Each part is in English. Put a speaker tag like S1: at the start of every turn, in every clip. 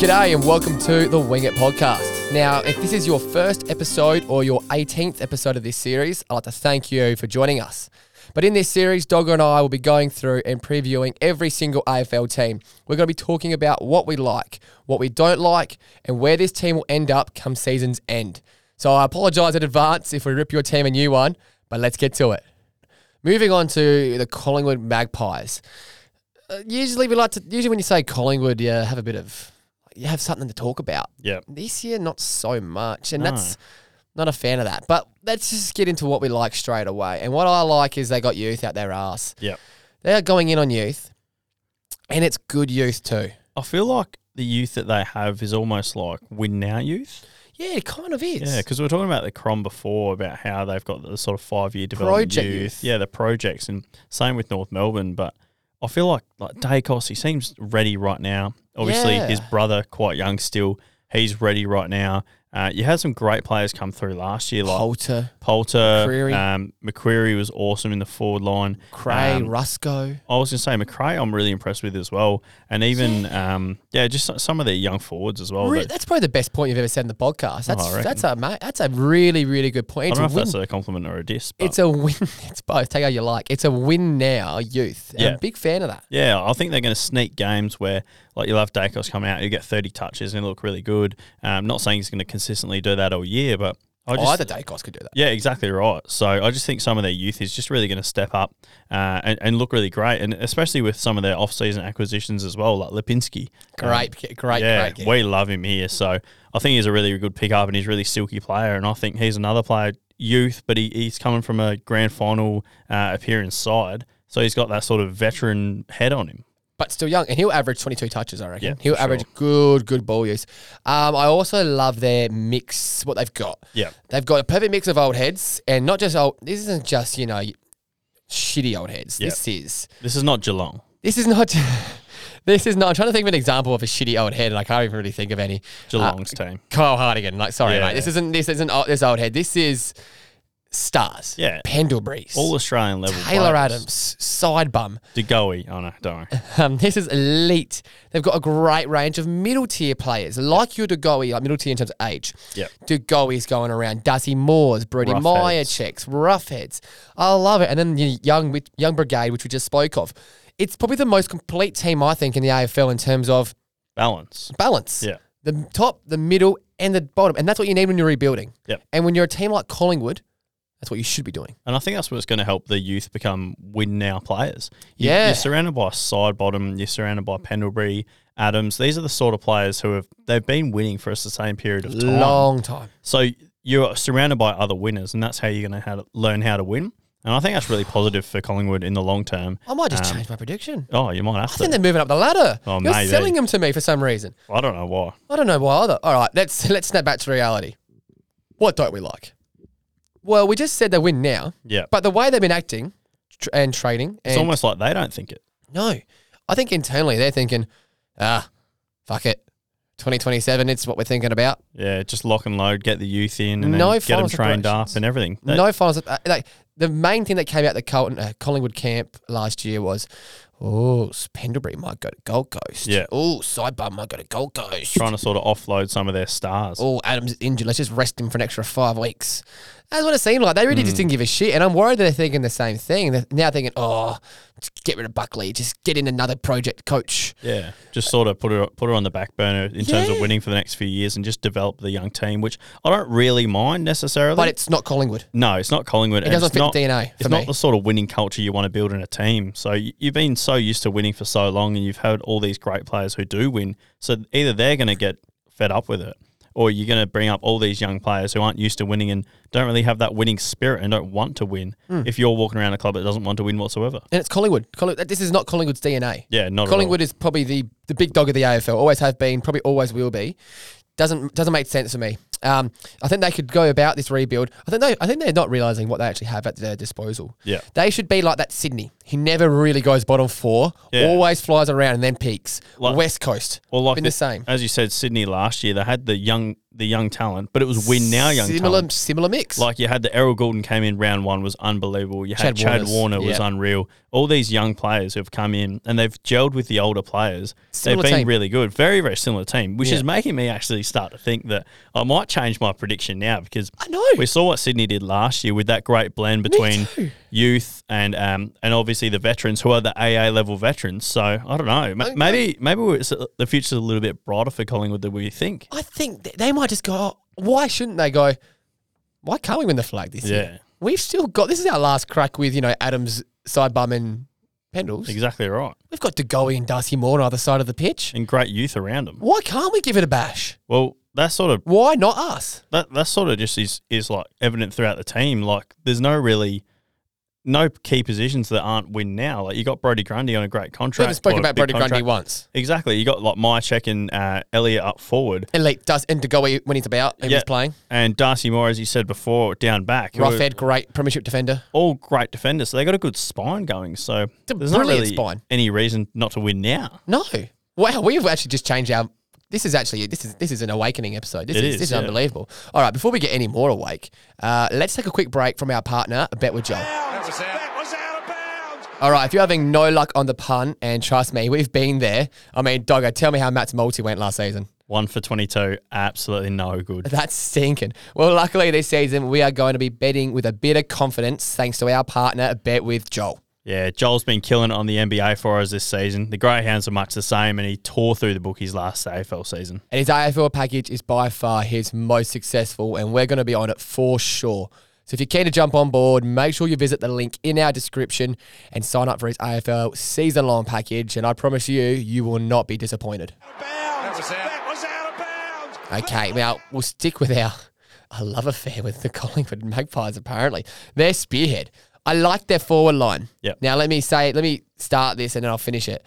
S1: G'day and welcome to the Wing It podcast. Now, if this is your first episode or your 18th episode of this series, I'd like to thank you for joining us. But in this series, Dogger and I will be going through and previewing every single AFL team. We're going to be talking about what we like, what we don't like, and where this team will end up come season's end. So I apologise in advance if we rip your team a new one, but let's get to it. Moving on to the Collingwood Magpies usually we like to usually when you say Collingwood, you have a bit of you have something to talk about.
S2: Yeah.
S1: This year, not so much, and
S2: No.
S1: that's not a fan of that. But let's just get into what we like straight away. And what I like is they got youth out their ass.
S2: Yep.
S1: They are going in on youth, and it's good youth too.
S2: I feel like the youth that they have is almost like win now youth.
S1: Yeah, it kind of is.
S2: Yeah, because we were talking about the Crom before about how they've got the sort of five year development
S1: Project
S2: youth.
S1: youth.
S2: Yeah, the projects, and same with North Melbourne. But I feel like like Dacos, he seems ready right now. Obviously,
S1: Yeah.
S2: his brother quite young still. He's ready right now. Uh, you had some great players come through last year, like
S1: Holter,
S2: Poulter,
S1: McCreary.
S2: Um, McQuarrie was awesome in the forward line.
S1: Cray,
S2: Um,
S1: Rusco.
S2: I was going to say McRae, I'm really impressed with as well, and even um, yeah, just so- some of their young forwards as well.
S1: Re-
S2: that-
S1: that's probably the best point you've ever said in the podcast. That's
S2: Oh, I reckon.
S1: that's a ma- that's a really really good point.
S2: I
S1: It's
S2: don't know
S1: a
S2: if
S1: win
S2: that's a compliment or a diss, but
S1: It's a win. It's both. Take how you like. It's a win now, youth. And I'm
S2: Yeah.
S1: a big fan of that.
S2: yeah, I think they're going to sneak games where like you'll have Dacos coming out, you get 30 touches and he'll look really good. Um, not saying he's going to consistently do that all year, but I just
S1: Either Oh, Dacos could do that.
S2: Yeah, exactly right. So I just think some of their youth is just really going to step up uh, and, and look really great, and especially with some of their off-season acquisitions as well, like Lipinski. Um,
S1: Great, great,
S2: yeah,
S1: great.
S2: we love him here. So I think he's a really good pickup and he's a really silky player. And I think he's another player, youth, but he, he's coming from a grand final uh, appearance side. So he's got that sort of veteran head on him.
S1: but still young, and he'll average 22 touches. I reckon
S2: Yeah,
S1: he'll
S2: for
S1: average good, good ball use. Um, I also love their mix. What they've got.
S2: Yeah.
S1: They've got a perfect mix of old heads, and not just old. This isn't just you know shitty old heads.
S2: Yeah.
S1: This is
S2: This is not Geelong.
S1: this is not. This is not. I'm trying to think of an example of a shitty old head, and I can't even really think of any.
S2: Geelong's
S1: Uh,
S2: team.
S1: Kyle Hardigan. Like, sorry,
S2: Yeah.
S1: mate. This isn't this isn't o- this old head. This is stars.
S2: Yeah.
S1: Pendlebury's.
S2: All Australian level.
S1: Taylor
S2: players.
S1: Adams, side bum.
S2: DeGoey. Oh, no, don't worry.
S1: Um, this is elite. They've got a great range of middle tier players, like your DeGoey, like middle tier in terms of age.
S2: Yep.
S1: DeGoey's going around. Darcy Moores, Brody
S2: Rough
S1: Meyer
S2: heads.
S1: checks, rough heads. I love it. And then the young with- young brigade, which we just spoke of. It's probably the most complete team I think in the AFL in terms of
S2: Balance.
S1: balance.
S2: Yeah.
S1: The top, the middle, and the bottom. And that's what you need when you're rebuilding.
S2: Yep.
S1: And when you're a team like Collingwood, that's what you should be doing.
S2: And I think that's what's going to help the youth become win now players. You,
S1: Yeah.
S2: You're surrounded by side bottom, you're surrounded by Pendlebury, Adams. These are the sort of players who have they've been winning for a sustained period of time.
S1: Long time.
S2: So you're surrounded by other winners, and that's how you're going to, how to learn how to win. And I think that's really positive for Collingwood in the long term.
S1: I might just change my prediction.
S2: Oh, you might have
S1: I think
S2: to.
S1: they're moving up the ladder.
S2: Oh,
S1: You're
S2: maybe.
S1: selling them to me for some reason.
S2: I don't know why.
S1: I don't know why either. All right, let's let's snap back to reality. What don't we like? Well, we just said they win now,
S2: Yeah,
S1: but the way they've been acting tr- and trading, and
S2: it's almost like they don't think it.
S1: no, I think internally they're thinking, ah, fuck it, 2027. It's what we're thinking about.
S2: Yeah, just lock and load, get the youth in, and
S1: No
S2: then get them
S1: final
S2: trained up
S1: separations.
S2: and everything. That-
S1: no finals. uh, Like the main thing that came out the Col- uh, Collingwood camp last year was, oh, Pendlebury might go to Gold Coast.
S2: Yeah.
S1: Oh, Sidebar might go to Gold Coast.
S2: Trying to sort of offload some of their stars.
S1: oh, Adams is injured. Let's just rest him for an extra five weeks. That's what it seemed like. They really just didn't give a shit. And I'm worried that they're thinking the same thing. They're now thinking, oh, just get rid of Buckley. Just get in another project coach.
S2: Yeah, just sort of put her put her on the back burner in terms of
S1: Yeah.
S2: winning for the next few years, and just develop the young team, which I don't really mind necessarily.
S1: But it's not Collingwood.
S2: No, it's not Collingwood. It
S1: doesn't
S2: it's
S1: fit the
S2: not,
S1: DNA
S2: It's
S1: for
S2: not
S1: me.
S2: the sort of winning culture you want to build in a team. So you, you've been so used to winning for so long, and you've had all these great players who do win. So either they're going to get fed up with it, or you're going to bring up all these young players who aren't used to winning and don't really have that winning spirit and don't want to win.
S1: Hmm.
S2: If you're walking around a club that doesn't want to win whatsoever,
S1: And it's Collingwood. Collingwood. This is not Collingwood's DNA.
S2: yeah, not
S1: Collingwood is probably the, the big dog of the AFL. Always have been. Probably always will be. Doesn't doesn't make sense to me. Um, I think they could go about this rebuild. I think they I think they're not realizing what they actually have at their disposal.
S2: Yeah.
S1: they should be like that Sydney, who never really goes bottom four,
S2: Yeah.
S1: always flies around and then peaks.
S2: Like-
S1: West Coast,
S2: Well, like
S1: been the same.
S2: as you said, Sydney last year they had the young the young talent, but it was win now young
S1: similar
S2: talent.
S1: similar mix.
S2: Like you had the Errol Goulden came in round one was unbelievable. You
S1: Chad
S2: had Chad,
S1: Warner's-
S2: Warner was
S1: yeah.
S2: unreal. All these young players who've come in and they've gelled with the older players.
S1: Similar
S2: they've been
S1: team.
S2: really good. Very very similar team, which
S1: Yeah.
S2: is making me actually start to think that I might change my prediction now because
S1: I know.
S2: we saw what Sydney did last year with that great blend between youth and um, and obviously the veterans who are the AA level veterans. So I don't know. Ma- Maybe maybe it's, the future's a little bit brighter for Collingwood than we think.
S1: I think th- they might just go. "Oh, why shouldn't they go? Why can't we win the flag this year?
S2: Yeah.
S1: We've still got. This is our last crack with you know Adams, Sidebum, and Pendles.
S2: Exactly right.
S1: We've got DeGoey and Darcy Moore on either side of the pitch.
S2: And great youth around them.
S1: Why can't we give it a bash?
S2: Well, that sort of
S1: Why not us?
S2: that that sort of just is is like evident throughout the team. Like there's no really no key positions that aren't win now. Like you got Brody Grundy on a great
S1: We
S2: contract.
S1: haven't spoken
S2: or a
S1: about
S2: big
S1: Brody Grundy
S2: contract.
S1: once.
S2: Exactly. You got like Mychek and uh, Elliot up forward,
S1: And like does and DeGoey when he's about and he's
S2: Yeah.
S1: playing.
S2: and Darcy Moore, as you said before, down back. who
S1: Rough
S2: are
S1: Ed, great premiership defender.
S2: all great defenders. So they got a good spine going. So
S1: a
S2: there's not
S1: brilliant
S2: really
S1: spine.
S2: any reason not to win now.
S1: No. Wow, we've actually just changed our. This is actually this is this is an awakening episode. This
S2: It
S1: is,
S2: is,
S1: this is
S2: yeah.
S1: unbelievable. All right, before we get any more awake, uh, let's take a quick break from our partner, Bet with Joel.
S3: That was out. That was out of bounds.
S1: All right, if you're having no luck on the pun, and trust me, we've been there. I mean, Doggo, tell me how Matt's multi went last season.
S2: One for twenty-two, absolutely no good.
S1: That's stinking. Well, luckily this season we are going to be betting with a bit of confidence thanks to our partner, Bet with Joel.
S2: Yeah, Joel's been killing it on the NBA for us this season. The Greyhounds are much the same, and he tore through the bookies last AFL season.
S1: And his AFL package is by far his most successful, and we're going to be on it for sure. So if you're keen to jump on board, make sure you visit the link in our description and sign up for his AFL season long package. And I promise you, you will not be disappointed.
S3: Out of bounds. That was out. That was out of bounds.
S1: Okay, now we'll stick with our a love affair with the Collingwood Magpies, apparently. Their spearhead. I like their forward line.
S2: Yep.
S1: Now let me say let me start this and then I'll finish it.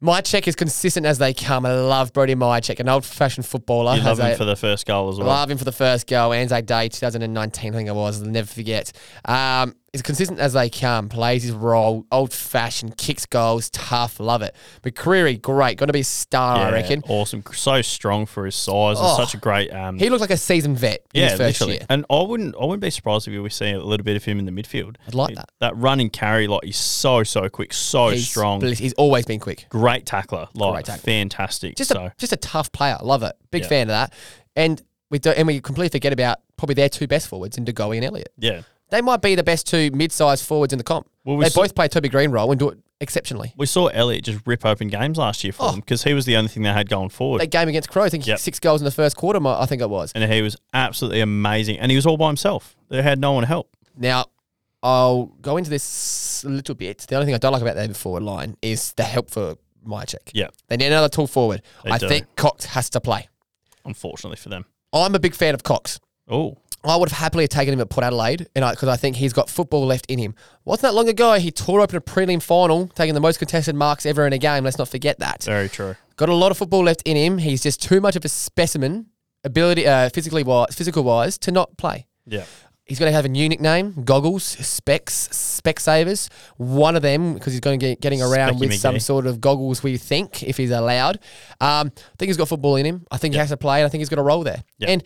S1: My check is consistent as they come. I love Brody Mychek, an old fashioned footballer.
S2: You love
S1: as
S2: him
S1: a-
S2: for the first goal as well.
S1: Love him for the first goal. Anzac Day 2019, I think it was. I'll never forget. Um, he's consistent as they come. Plays his role. Old fashioned. Kicks goals. Tough. Love it. But Creary, great. Going to be a star, I
S2: Yeah,
S1: reckon.
S2: Awesome. So strong for his size
S1: Oh.
S2: and such a great um
S1: He looked like a seasoned vet in
S2: yeah,
S1: his first
S2: literally.
S1: year.
S2: And I wouldn't I wouldn't be surprised if we see a little bit of him in the midfield.
S1: I'd like that.
S2: That run and carry like he's so so quick, so
S1: He's
S2: strong.
S1: bliss- He's always been quick.
S2: Great tackler. Like
S1: Great tackler.
S2: fantastic.
S1: Just
S2: so
S1: a just a tough player. Love it. Big
S2: Yeah.
S1: fan of that. And we do, and we completely forget about probably their two best forwards in Degoe and Elliott.
S2: yeah.
S1: They might be the best two mid-sized forwards in the comp.
S2: Well, we
S1: they
S2: saw-
S1: both play Toby Green role and do it exceptionally.
S2: We saw Elliot just rip open games last year for
S1: Oh.
S2: them because he was the only thing they had going forward.
S1: That game against Crow, I think he
S2: Yep.
S1: six goals in the first quarter. I think it was.
S2: and he was absolutely amazing. And he was all by himself. They had no one to help.
S1: Now, I'll go into this a little bit. The only thing I don't like about their forward line is the help for Mychek.
S2: Yeah,
S1: They need another tall forward.
S2: They
S1: I
S2: do.
S1: think Cox has to play.
S2: unfortunately for them.
S1: I'm a big fan of Cox.
S2: Oh,
S1: I would have happily taken him at Port Adelaide, and because I, think he's got football left in him. Wasn't that long ago he tore open a prelim final, taking the most contested marks ever in a game. Let's not forget that.
S2: very true.
S1: Got a lot of football left in him. He's just too much of a specimen, ability, uh, physically wise, physical wise, to not play.
S2: Yeah.
S1: He's going to have a new nickname: goggles, specs, spec savers. One of them, because he's going to get getting around
S2: Specky
S1: with some
S2: McGee.
S1: sort of goggles. We think if he's allowed. Um, I think he's got football in him. I think he has to play, and I think he's got a role there.
S2: Yeah.
S1: And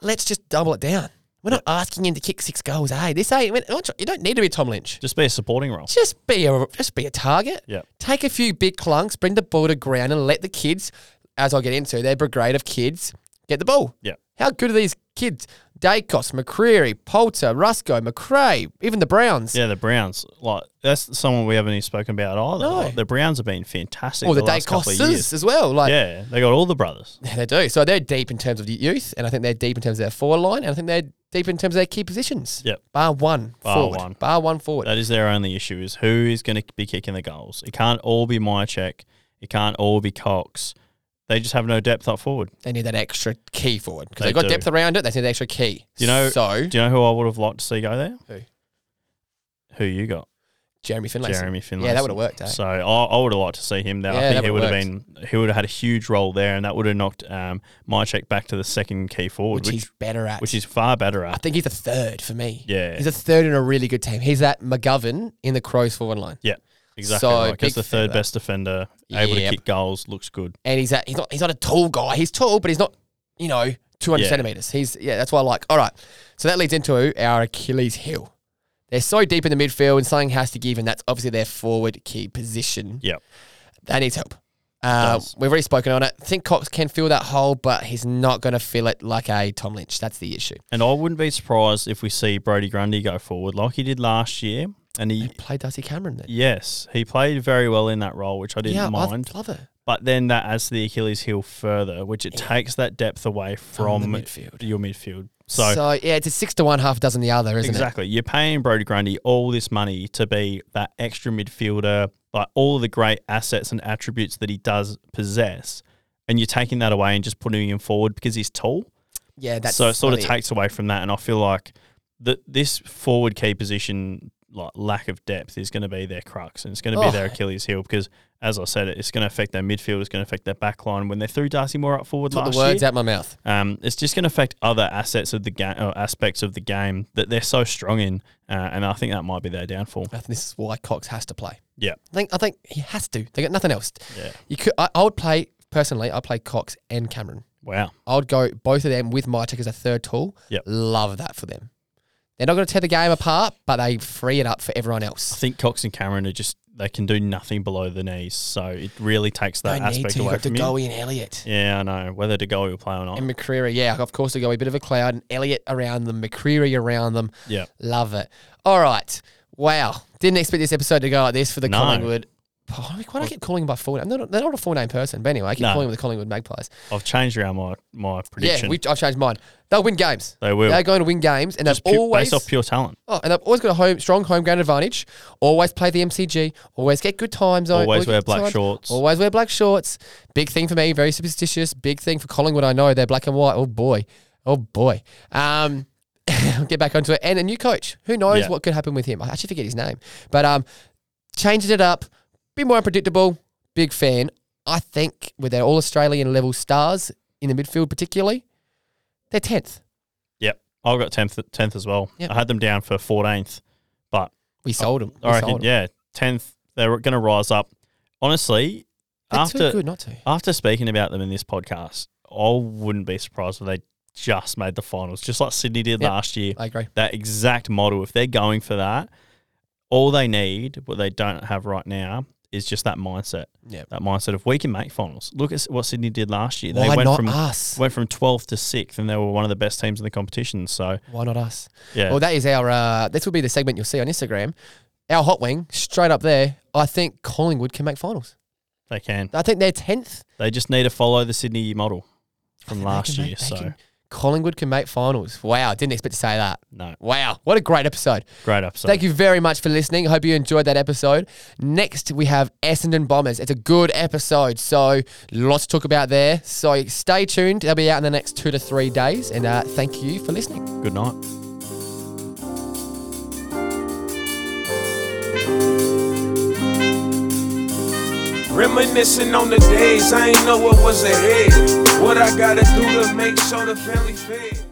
S1: let's just double it down. We're not asking him to kick six goals. Hey, this ain't. we're not tr- You don't need to be Tom Lynch.
S2: Just be a supporting role.
S1: Just be a just be a target.
S2: Yeah.
S1: Take a few big clunks, bring the ball to ground, and let the kids, as I get into their brigade of kids, get the ball.
S2: Yeah.
S1: How good are these kids? Dacos, McCreary, Poulter, Rusco, McRae, even the Browns.
S2: Yeah, the Browns. Like that's someone we haven't even spoken about either.
S1: No.
S2: Like, the Browns have been fantastic.
S1: Or the,
S2: the, last couple of
S1: Dacoses
S2: years.
S1: as well. Like
S2: Yeah, they got all the brothers.
S1: they do. So they're deep in terms of the youth, and I think they're deep in terms of their forward line, and I think they're deep in terms of their key positions.
S2: Yep.
S1: Bar one
S2: Bar
S1: forward.
S2: one.
S1: Bar one forward.
S2: That is their only issue: is who is going to be kicking the goals. It can't all be Mychek. It can't all be Cox. They just have no depth up forward.
S1: they need that extra key forward because
S2: They
S1: they've got
S2: do.
S1: depth around it. They need that extra key.
S2: You know-
S1: so
S2: Do you know who I would have liked to see go there?
S1: Who?
S2: Who you got?
S1: Jeremy Finlayson.
S2: Jeremy Finlay.
S1: Yeah, that would have worked. Eh?
S2: So I, I would have liked to see him there.
S1: Yeah,
S2: I
S1: that
S2: think he would have
S1: would've
S2: been he would have had a huge role there, and that would have knocked um, Mychek back to the second key
S1: which,
S2: forward, which
S1: he's better at.
S2: which he's far better
S1: I
S2: at.
S1: think he's a third for me.
S2: Yeah.
S1: He's a third in a really good team. He's that McGovern in the Crows forward line.
S2: Yeah, exactly.
S1: So,
S2: right. 'Cause
S1: big fan
S2: the
S1: of
S2: third
S1: that.
S2: best defender, able
S1: Yep.
S2: to kick goals, looks good.
S1: and he's a, he's not he's not a tall guy. He's tall, but he's not you know 200
S2: Yeah.
S1: centimeters. He's yeah, that's why I like. All right, so that leads into our Achilles heel. They're so deep in the midfield, and something has to give, and that's obviously their forward key position.
S2: Yep.
S1: That needs help. Uh,
S2: Does.
S1: we've already spoken on it. I think Cox can fill that hole, but he's not going to fill it like a Tom Lynch. That's the issue.
S2: And I wouldn't be surprised if we see Brody Grundy go forward like he did last year. And he,
S1: Play Darcy Cameron then.
S2: yes, he played very well in that role, which I didn't
S1: yeah,
S2: mind.
S1: I love it.
S2: but then that adds to the Achilles heel further, which it takes that depth away
S1: From
S2: from,
S1: the midfield.
S2: your midfield.
S1: So,
S2: So,
S1: yeah, it's a six to one, half dozen the other, isn't it?
S2: exactly, you're paying Brody Grundy all this money to be that extra midfielder, like all of the great assets and attributes that he does possess, and you're taking that away and just putting him forward because he's tall.
S1: Yeah, that's
S2: so it sort of
S1: not
S2: takes away from that, and I feel like that this forward key position, like lack of depth, is going to be their crux, and it's going to
S1: Oh.
S2: be their Achilles heel because, as I said, it's going to affect their midfield, it's going to affect their back line. When they threw Darcy Moore up forward
S1: Took
S2: last
S1: the words
S2: year,
S1: out my mouth.
S2: um, it's just going to affect other assets of the game, or aspects of the game that they're so strong in, uh, and I think that might be their downfall.
S1: I think this is why Cox has to play.
S2: Yeah,
S1: I think I think he has to. They got nothing else.
S2: Yeah.
S1: You could. I, I would play personally. I play Cox and Cameron.
S2: wow,
S1: I would go both of them with Mytek as a third tool.
S2: Yep.
S1: Love that for them. They're not going to tear the game apart, but they free it up for everyone
S2: I
S1: else.
S2: think Cox and Cameron are just they can do nothing below the knees, so it really takes that
S1: They need
S2: aspect
S1: to. You
S2: away
S1: got to
S2: from
S1: go
S2: you.
S1: in Elliot
S2: Yeah, I know whether to go will play or not.
S1: and McCreary. Yeah, of course they go a bit of a cloud and Elliot around them, McCreary around them.
S2: Yeah.
S1: Love it. All right. Wow. Didn't expect this episode to go like this for the
S2: No.
S1: Collingwood. Oh, why do I keep calling him by full name? They're not, they're not a full name person, but anyway, I keep
S2: No.
S1: calling him the Collingwood Magpies.
S2: I've changed around my, my prediction.
S1: Yeah, we, I've changed mine. They'll win games.
S2: They will.
S1: They're going to win games, and
S2: Just
S1: they've
S2: pu-
S1: always
S2: based off pure talent.
S1: oh, and they've always got a home strong home ground advantage. Always play the MCG. Always get good time zone.
S2: Always
S1: get
S2: wear
S1: good
S2: black
S1: time.
S2: shorts.
S1: Always wear black shorts. Big thing for me. Very superstitious. Big thing for Collingwood. I know they're black and white. Oh boy. Oh boy. Um. get back onto it, and a new coach. Who knows
S2: Yeah.
S1: what could happen with him? I actually forget his name, but um, changing it up, bit more unpredictable. Big fan. I think with their all Australian level stars in the midfield, particularly, they're tenth.
S2: Yep. I've got 10th, 10th as well.
S1: Yep.
S2: I had them down for 14th, but
S1: We sold them.
S2: Oh, I reckon, yeah, 10th, they're going to rise up. Honestly,
S1: They're too
S2: after
S1: good not to.
S2: after speaking about them in this podcast, I wouldn't be surprised if they just made the finals, just like Sydney did
S1: Yep.
S2: last year.
S1: I agree.
S2: that exact model, if they're going for that, all they need, what they don't have right now, is just that mindset.
S1: Yep.
S2: That mindset of we can make finals. Look at what Sydney did last year.
S1: Why
S2: went
S1: not
S2: from
S1: us?
S2: went from 12th to 6th and they were one of the best teams in the competition so
S1: Why not us?
S2: yeah
S1: Well, that is our. Uh, this will be the segment you'll see on Instagram. Our hot wing straight up there. I think Collingwood can make finals.
S2: they can
S1: I think they're tenth
S2: they just need to follow the sydney model from last year so
S1: Collingwood can make finals. Wow, didn't expect to say that.
S2: no
S1: Wow, what a great episode.
S2: great episode
S1: Thank you very much for listening. Hope you enjoyed that episode. Next, we have Essendon Bombers. It's a good episode, so lots to talk about there. So stay tuned. They'll be out in the next two to three days. And uh, thank you for listening.
S2: good night
S4: Reminiscing on the days I ain't know what was ahead. What I gotta do to make sure the family fed.